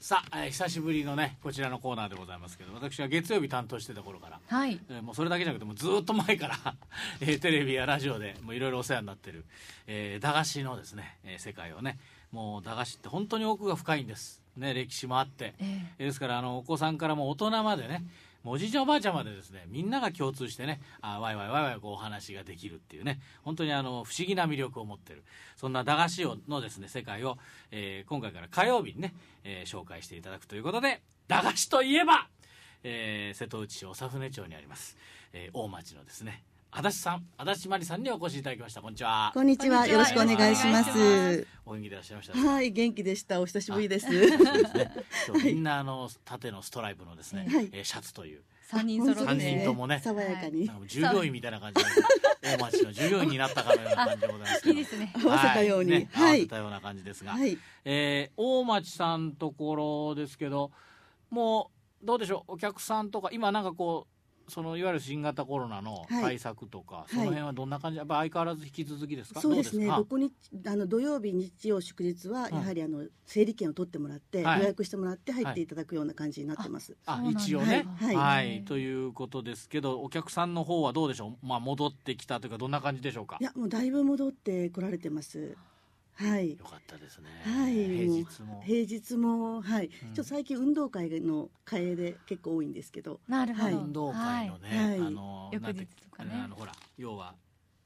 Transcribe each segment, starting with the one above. さあ、えー久しぶりのねこちらのコーナーでございますけど私は月曜日担当してた頃から、はい。えーもうそれだけじゃなくてもうずーっと前から えーテレビやラジオでもういろいろお世話になってる、えー駄菓子のですね、えー世界をねもう駄菓子って本当に奥が深いんです、ね、歴史もあって、ええーですからあのお子さんからも大人までねもうおじいちゃんおばあちゃんまでですねみんなが共通してねあワイワイワイワイこうお話ができるっていうね本当にあの不思議な魅力を持ってるそんな駄菓子をのですね世界を、えー今回から火曜日にね、えー紹介していただくということで駄菓子といえば、えー瀬戸内市長船町にあります、えー大町のですね足立さん足立真理さんにお越しいただきましたこんにちはこんにちは。こんにちはよろしくお願いしまお願いす。お元気でいらっしゃいましたねはい、元気でした。お久しぶりです。そうですね今日みんなあの縦のストライプのですね、はいえーシャツという三人揃っ三て、人ともね爽やかに、なんか従業員みたいな感じで大町の従業員になったかのような感じでございますけいいどですね。合わせたようにはいね合はいわせたような感じですが、はい。えー大町さんところですけどもうどうでしょうお客さんとか今なんかこうそのいわゆる新型コロナのはい対策とか、その辺はどんな感じやっぱ相変わらず引き続きですかそうですね。どどかこにあの土曜日、日曜、祝日はやはりあの整理券を取ってもらって、はい予約してもらって入はいっていただくような感じになってます。あそうなんだ一応ねはいはい、ということですけどお客さんの方はどうでしょう、まあ、戻ってきたというかどんな感じでしょうかいや、もうだいぶ戻って来られてます。はいよ。かったですね、はい平日も平日もはい、うんちょっと最近運動会の会で結構多いんですけど、なるほはいど。運動会のね、はいあの翌日なんてとかねあのほら要は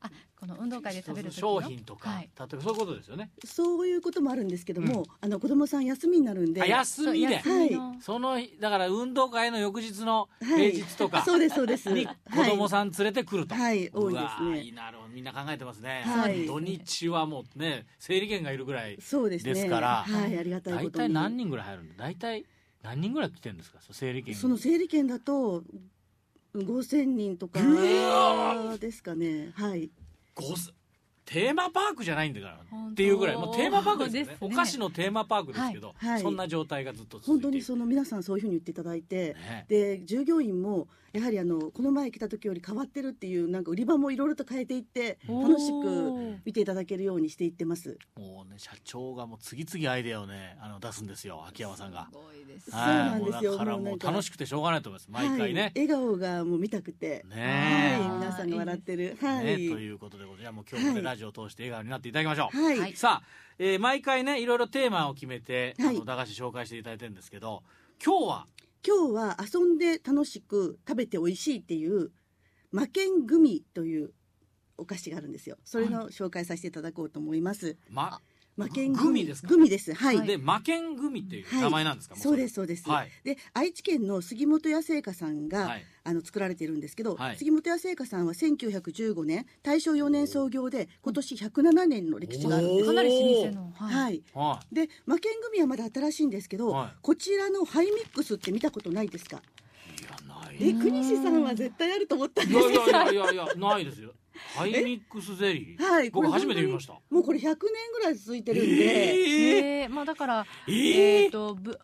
あ、この運動会で食べる時の商品とか、はい例えばそういうことですよね。そういうこともあるんですけども、うあの子供さん休みになるんで、あ休みでそう休みのその日だから運動会の翌日のはい平日とかそうですそうです。に子供さん連れてくると。はい、多いでうすわーねい。いなるみんな考えてますね、はい土日はもうね整理券がいるぐらいそうですね。ですからはい、ありがたい大ことに。体何人ぐらい入るんだ大体何人ぐらい来てるんですかそう整理券その整理券だと5000人とかうわですかね。はい。ごすテーマパークじゃないんだから本当っていうぐらいもうテーマパークですよねですねお菓子のテーマパークですけど、はいはいそんな状態がずっと続本いて当いにるその皆さんそういうふうに言っていただいて。ねで従業員もやはりあのこの前来た時より変わってるっていうなんか売り場もいろいろと変えていってお楽しくおー見ていただけるようにしていってます。もうね社長がもう次々アイデアをねあの出すんですよ秋山さんがす。ごいですそうなんはいですよもうだからもうなもんうか楽しくてしょうがないと思います毎回はいね。笑顔がもう見たくて、ねはあーい、皆さんが笑ってる。え、はい、ねえということでございますもう今日もね、はいラジオを通して笑顔になっていただきましょう。はい、はいさあ、えー毎回ねいろいろテーマを決めて、はいあの駄菓子紹介していただいてるんですけど今日は今日は遊んで楽しく食べて美味しいっていう魔剣グミというお菓子があるんですよそれの紹介させていただこうと思います、ま、魔剣グミですかグミですはい、で魔剣組っていう名前なんですか、もそうですすそうです、はいで愛知県の杉本屋製菓さんが、はいあの作られているんですけど、はい杉本屋製菓さんは1915年大正4年創業で今年107年の歴史があるんでおすーかなり老舗の。。はいいはで魔剣グミはまだ新しいんですけど、はいこちらのハイミックスって見たことないですかいいやないえい国士さんは絶対あると思ったんですやいやい やいやいやないですよハイミックスゼリーはい僕これ初めて見ましたもうこれ100年ぐらい続いてるんで、えー、えー、まあだから、ええーっ、とぶ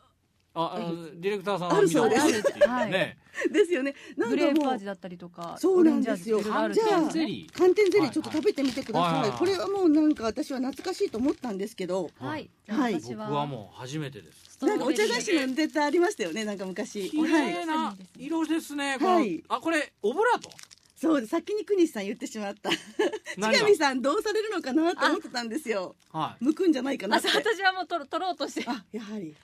ああのディレクターさんはあるそうです見たことあるっていうねですよね。なんグレかープもう味だったりとか、そうなんですよオレンジ味とかいろいろあるんゼでリー寒天ゼリーちょっと食べてみてくだはいはさいい。これはもうなんか私は懐かしいと思ったんですけど、すねはい。じゃあはい私僕ははもう初めてですストなロんかおベリー茶菓子のネタありましたよね。なんか昔。綺は麗い。な色ですね、このはいあこれオブラートそう先に国士さん言ってしまった。何千上さんどうされるのかなと思ってたんですよ。がはい向くんじゃないかなあ、ってそう。私はもう取る取ろうとして。あやはり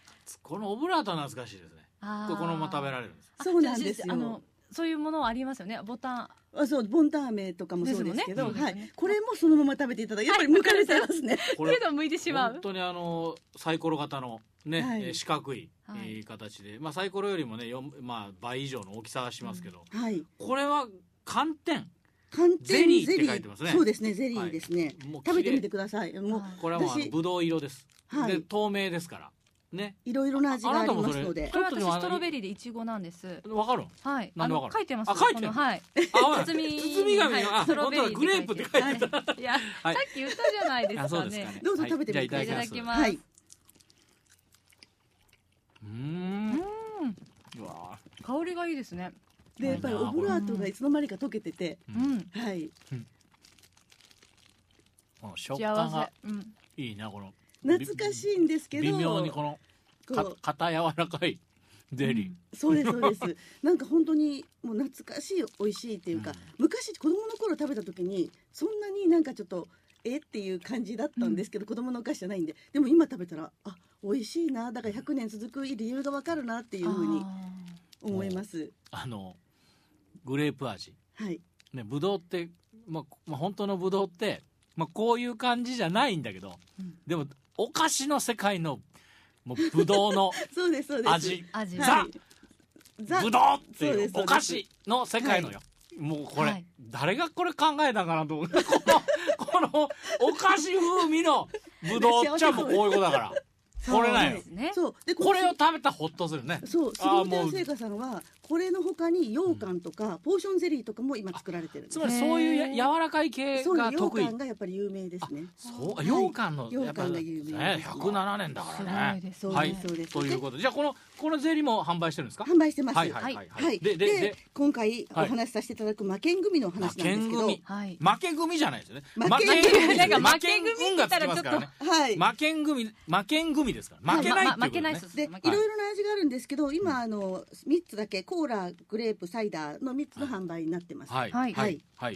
このオブラートは懐かしいですねあこれこのまま食べられれる んですそうなんですあよの。そういうものありますよね。ボタン。あそうボンターメとかもそうですけど、ですもんねはそうですよねいこれもそのまま食べていただいてやっぱり向かれてますね。こけれれど向いてしま本う。当にあのサイコロ型のね、はいえー四角い、えーはい形で、まあ、サイコロよりもね、よんまあ、倍以上の大きさはしますけど、はい。これは寒天寒ゼリーっ天てゼリ書いてますねー。そうですね、ゼリーですね。もう綺麗食べてみてください。もうはいこれはもうあの私ぶどう色です、はいで透明ですからねいろいろな味がありますのでこ。ちれょっとでもあの私ストロベリーでイチゴなんです。わかるはい。なんでわかのる書いてます。あ書いてるこのはい。あほら包み包み紙の、はいあストロ本ベ当リーだってグレ書いてるープって書いてた、いや、 はいさっき言ったじゃないですあそうかですかねね。どうぞ食べてみてはいじゃあいただいただききまますすはい。うーんうわ香りがいいですね。で、やっぱりオブラートがいつの間にか溶けてて。ううんん。はい。この食感幸がせ。うん。いいなこの懐かしいいんですけど。微妙にこのかこう硬柔らかいゼリー、そうですそうですなんか本当にもう懐かしい美味しいっていうか、うん昔子供の頃食べた時にそんなになんかちょっとえっていう感じだったんですけど、子供のお菓子じゃないんででも今食べたらあ美味しいなだから100年続く理由がわかるなっていうふうに思いますあのグレープ味はいねぶどうって、まあこまあ、本当のぶどうって、まあ、こういう感じじゃないんだけど、うんでもお菓子の世界のもうぶどうの そうですそうです味味ザはいザぶどうってそういでうすそおうです菓子の世界のよ、もうこれ、はい誰がこれ考えたかなと思う このこのお菓子風味のぶどうっちゃもうこういうことだ からこれなんそうよですねそうでこれをの食べたらほっとするねそうあー杉もう本製菓さんはこれのほかに羊羹とか、ポーションゼリーとかも今作られてるんですつまりそういうや柔らかい系そうがです得羊意羹がやっぱり有名ですねそうはい羊羹の羊羹やっぱがね有名です107年だからねすごいですそうはでいす、そうです。ということでじゃあこのこのゼリーも販売してるんですか販売してます。はいは。はいいはいははいいででで今回おはい話しさせていただく魔剣組のお話なんですけど、魔剣はい負け組じゃないですよね負け組なんか負け組がつきますからねはい。負けん組負けん組ですから負けないっていうこと、ね負けないそうそうで、い負けないろいろな味があるんですけど、今あの三つだけコーラ、グレープ、サイダーの三つの販売になってます。はいははいいはい、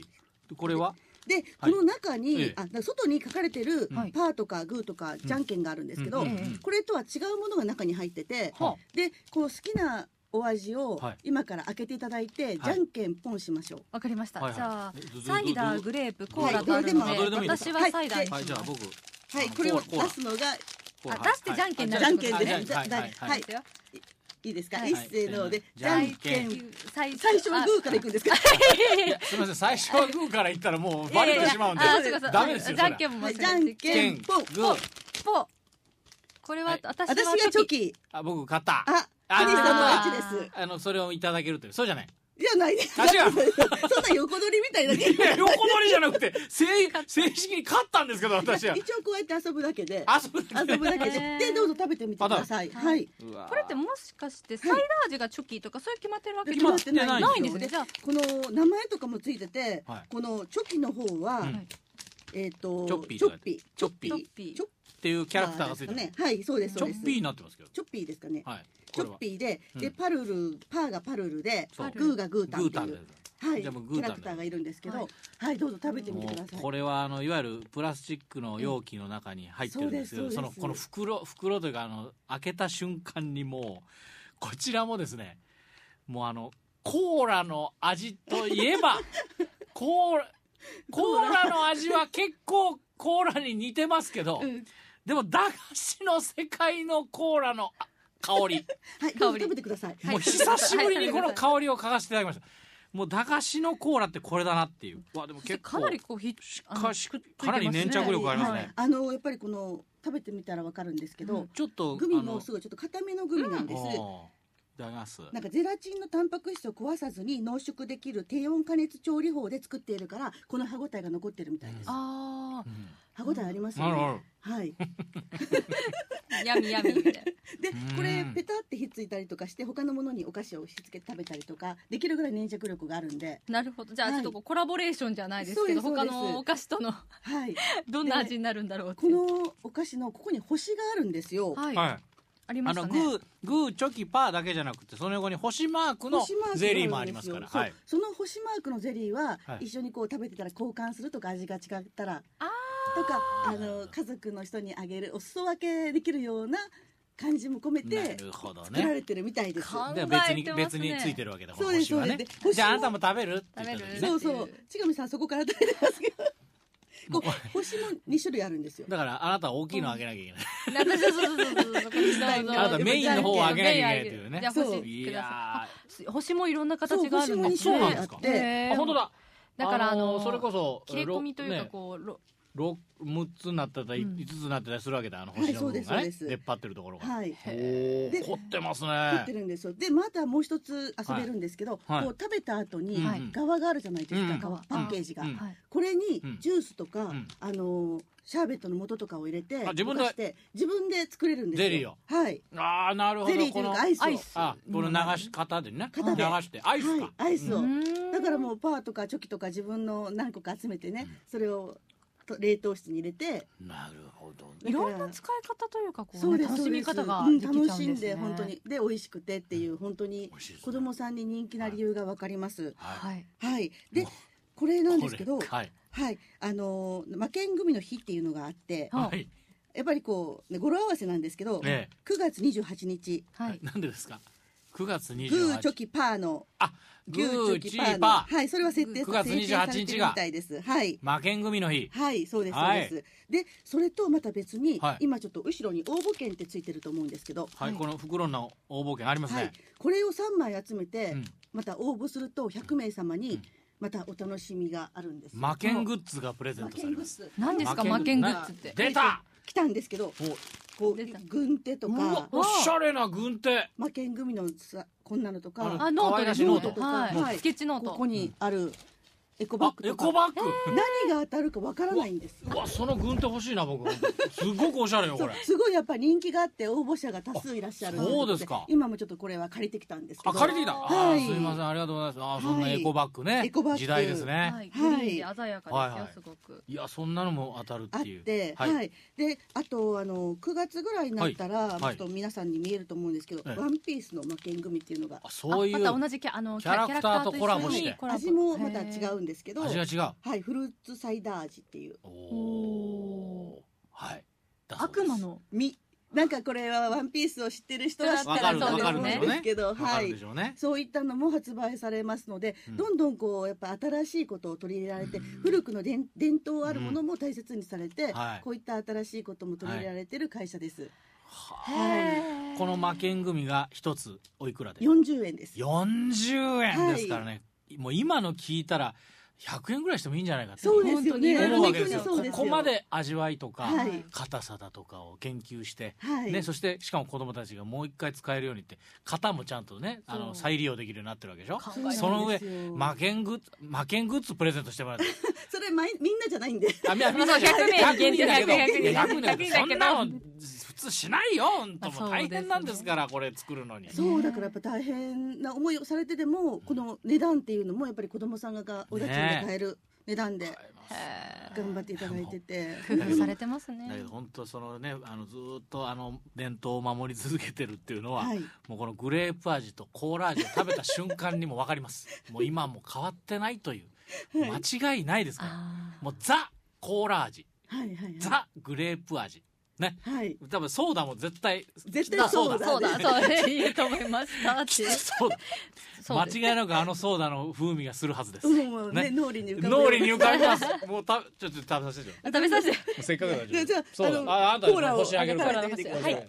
これはで、こはいの中に、ええあ、だから外に書かれてるパはいーとかグーとかじゃんけんがあるんですけど、うんええこれとは違うものが中に入ってて、はで、こう好きなお味をはい今から開けていただいて、じゃんけんポンしましょう。わかりました、はいはいじゃあえどどサイダどーどグレープコーはラいとあるのでどれでもいいです私はサイダーにしまはいじゃあす僕はい、あのこれをコーラコーラ出すのがこうあはい出してじゃんけんになじるゃっんてけこんとで、ねはいじゃはいだはいいはい、ですよいいですか、はい一斉ので、じじゃゃんけんけんん。最初最初はグーからいくんですか。すみません最初はグーから言ったらもうバレてしまうんでいやいやいやあそうかそうダメですよじそゃれんけんもは間違いじゃんけんぽん。グーぽこれははい私は私がチョキ。あ僕勝ったあ、あアリさんのあ勝ーちです。あのそれをいただけるというそうじゃないじゃないです。あ違う そんな横取りみたいなね。いや横取りじゃなくて正正式に勝ったんですけど私は一応こうやって遊ぶだけで。遊ぶだけ遊ぶだけへーで。で、どうぞ食べてみてください。あだめはい。うわーこれってもしかしてサイダー味がチョキとかそういう決まってるわけ決まってなないいないんですねじゃあこの名前とかもついててはい、このチョキの方はうん、えっと、チョッピーチョッピー。チョッピーチョっッピチョッていうキャラクターがついてる、ね。はい、そうです。チそョうですッピーになってますけどチョッピーですかね。はいチこョれッはピーで、で、うんパルル、パーがパルルで、そうグーがグータングっーてタンいでう。はじい、キゃあもうグーャタンラクターがいるんですけはいど、はい、どうぞ食べてみてもくださういこ。れはあのいわゆるプラスチックの容器の中に入ってるんですけど、うんそそうでのすこの袋袋というかあの開けた瞬間にもうこちらもですねもうあのコーラの味といえばコーラコーラの味は結構コーラに似てますけど、うんでも駄菓子の世界のコーラのあ香りはい、ど香うぞり食べてください。はいもう久しぶりにこはのい香りを嗅がせていただきました。もう駄菓子のコーラってこれだなっていう。わでもそして結か構なりこうひしあのかしかなり粘着力がありますね。はいあの、やっぱりこの、食べてみたらわかるんですけうどん、ちょっとグミもすごいちょっと固めのグミなんです。あーいただきます。なんかゼラチンのタンパク質を壊さずに濃縮できる低温加熱調理法で作っているからこの歯ごたえが残ってるみたいですうあうん歯ごたえありますなよるほねど。はいあやみやみみたいなでうんこれペタってひっついたりとかして他のものにお菓子を押し付けて食べたりとかできるぐらい粘着力があるんでなるほどじゃあちょはいっとこうコラボレーションじゃないですけどそうで他すそうですのお菓子とのはいどんな味になるんだろうってこのお菓子のここに星があるんですよ、はい、はい。ありまあしたのグねーグーチョキパーだけじゃなくてその横に星マークの星マークがあるんですゼよリーもありますから。そうはい。その星マークのゼリーは、はい一緒にこう食べてたら交換するとか味が違ったらあとかーあの家族の人にあげるお裾分けできるような感じも込めなてるほど作らね。れてるみたいです。かで考別えにてま別すねについてるわけだこそのうです星はねそうですで。星じゃああもなたも食べるって言った時食ねべる。そうそう千上さんそこから食べてますけ どこう星も2種類あるんですよ。だからあなたは大きいのあげなきゃいけない。な そうそうそうそ うそうそうそうそうあなたメインの方をあげなきゃいけないっていうねじゃあ星そういくださやい星もいろんな形があるんですそう星ねも二種類あってーへーあ本当だ。だからあのそれこそ切れ込みというかねこう、ろ六六つになってたりうん五つになってたりするわけだあの星の部分がはいそねうですそう出でっ張ってるところが。はい。おへおで凝ってます作ってね。るんですよ。でまたもう一つ遊べるんですけど、はいこう食べた後にはい側があるじゃないですか、うん側うんパッケージが。うんはいこれにうんジュースとか、んあのーシャーベットの素とかを入れてあ自分で溶かして自分で作れるんですよゼリーをはいああなるほどゼリーとこいうのかアイスをアイスあこの流し方でね型流でしてアイスはかいアイスをうんだからうもうパーとかチョキとか自分の何個か集めてね、それをと冷凍室に入れてなるほどだいからろんな使い方というかこ、そううね、です楽しみ方がそうでできすちゃううんんですね。楽しんで本当にで美味しくてっていう本当に美味しいですね子供さんに人気な理由がわかります。はいはい。はい、でもうこれなんですけどこれ、はいはい、あのー魔剣組の日っていうのがあって、ははいやっぱりこうね語呂合わせなんですけど、9え月28日、えははいい。なんでですか9月28グーチョキパーのあググーーチチョキパーーのパーはい、それは設定9月制定されてる28日がみたいです。はい。魔剣組の日はい、そうです、はいそうです。で、それとまた別に、はい今ちょっと後ろに応募券ってついてると思うんですけど、はい、はいこの袋の応募券ありますはねい、、これを3枚集めて、うんまた応募すると100名様うにん、またお楽しみがあるんです。魔剣グッズがプレゼン魔トされ剣グまッすズ。何ですか魔剣魔剣ググッッズズって。出た来たんですけど、おこ出たう、軍手とうわか、おしゃれな軍手魔剣組のさ、こんなのとあのか、あノー可トですね愛らしいノートはいはいスケッチノーこト。こにあるエコバあッグエとコか、バッグ何が当たるかわからないんです。うわその軍手欲しいな僕すごくおしゃれよこそうれすごいやっぱり人気があって応募者が多数いらっしゃるあそうですか今もちょっとこれは借りてきたんですけあど借りてきたあはーいすいませんありがとうございますあーそんなはいエコバッグねエコバッグ時代ですはねい。グリーンで鮮はやかですよ、はいはいすごく。いやそんなのも当たるあっっていうてははいい、であとあの9月ぐらいになったら、いちょっと皆さんに見えると思うんですけど「ええワンピースの魔剣組っていうのがあそういあうまた同じキャあのキャラクターとコラボしてキャラクターと味一緒にもコラボまた違うんですけどは味が違ういフルーツサイダー味っていうおおおはいだそうです悪魔のみなんかこれは「ワンピースを知ってる人だったらわかると思うんわかるでしょうねですけど、わかはるいでしょうねそういったのも発売されますので、うんどんどんこうやっぱ新しいことを取り入れられて、古くの伝伝統あるものも大切にされて、はいこういった新しいことも取り入れられてる会社です。はへあーこの魔剣組が一つおいくらで40円です。 40円ですからねもう今の聞いたら100円ぐらいしてもいいんじゃないかってそう思ですよね。本当にうわけですよ本当にそうですこよこまで味わいとかはい硬さだとかを研究してはい。ね、そしてしかも子供たちがもう一回使えるようにって型もちゃんとねあのそう再利用できるようになってるわけでしょ考うえなんらでれすそよの上魔剣グッズ魔剣グッズプレゼントしてもらってそれまいみんなじゃないんで。 あみんなみんなじゃ100名限定100名100名だけど100名だけどそんなの100普通しないよ本当まもあうそ大うですね変なんですからこれ作るのにそうだからやっぱ大変な思いをされてでもこの値段っていうのもやっぱり子供さんががお家賃で買える値段でへー頑張っていただいてて。工夫されてますねだけど本当そのねあのずーっとあの伝統を守り続けてるっていうのは、はい。もうこのグレープ味とコーラ味を食べた瞬間にも分かりますもう今も変わってないという間違いないですから、あーもうザコーラ味はいはいはい。ザグレープ味ねはい。多分ソーダも絶対絶対ザそうだそうだそうだいいと思いましたっ てきつそうだそうです間違いなくあのソーダの風味がするはずです、うんもうねね脳裏に浮かぶ。脳裏に浮かびますもうたちょっと食べさせてよあ食べさせてせっかくだからじゃあそうだあのああんたにコーラを星あげるからあげてくださいはい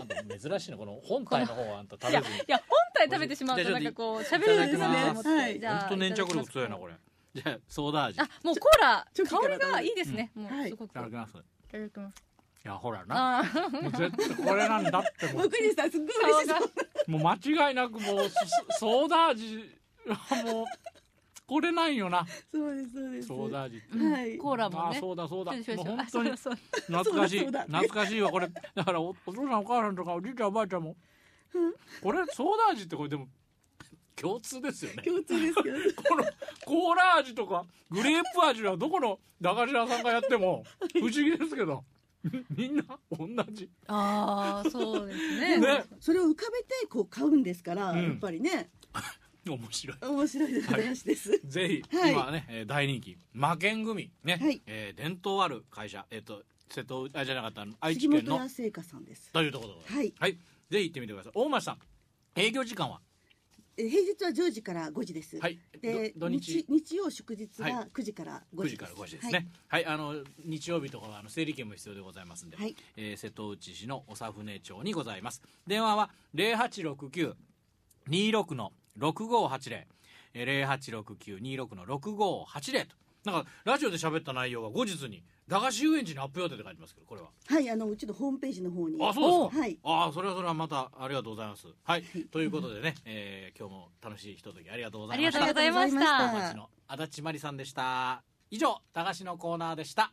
あんた珍しいのこの本体の方はあんた食いべやいずにや本体食べてしまうとなんかこう喋れるんですねいただきますはいじゃあほんと粘着力強いなこれれじゃあソーダ味いあもうコーラチョキ香からりがいいですねもはういすごくただきますいいただきますやほらなあーもう絶対これなんだっても僕にさすっごい嬉し顔そうが。うもう間違いなくもうそソーダ味はもうこれなんよ なそうですそうです。ソーダ味ってうんはいコーラもあねそうだそうだも少う々本あそ当うにだそうだ懐かしいそうだそうだ懐かしいわこれだからおお父さんお母さんとかおじいちゃんおばあちゃんもこれソーダ味ってこれでも共通ですよね共通ですけど。このコーラ味とかグレープ味はどこの駄菓子屋さんがやっても不思議ですけどみんな同じああそうで すねねそれを浮かべてこう買うんですから、うんやっぱりね面白い面白い話です。ぜひ、はい今ねえー大人気魔剣組ね、はいえー伝統ある会社えっ、と瀬戸あじゃなかった愛知杉県本の屋製菓さんです。というところでございますはい。はい、ぜひ行ってみてください大町さん営業時間はえ平日は10時から5時です。はいでど土日日日曜祝日はは9時から5 9時時でかす。ら5時ですね。はい、あの日曜日とかはあの整理券も必要でございますんで、はい。はい。えー瀬戸内市の長船町にございます。電話は零八六九二六の六五八零零八六九二六の六五八零と。なんかラジオで喋った内容は後日に駄菓子遊園地にアップ予定って書いてますけど、これは。はいあのうちのホームページの方に。あ、そうですか。はい。ああ、それはそれはまたありがとうございます。はい、ということでね、えー今日も楽しいひとときありがとうござあいりまがしたとう。ございましありがとうございましたた町の足立まりさんでした以上駄菓子のコーナーでした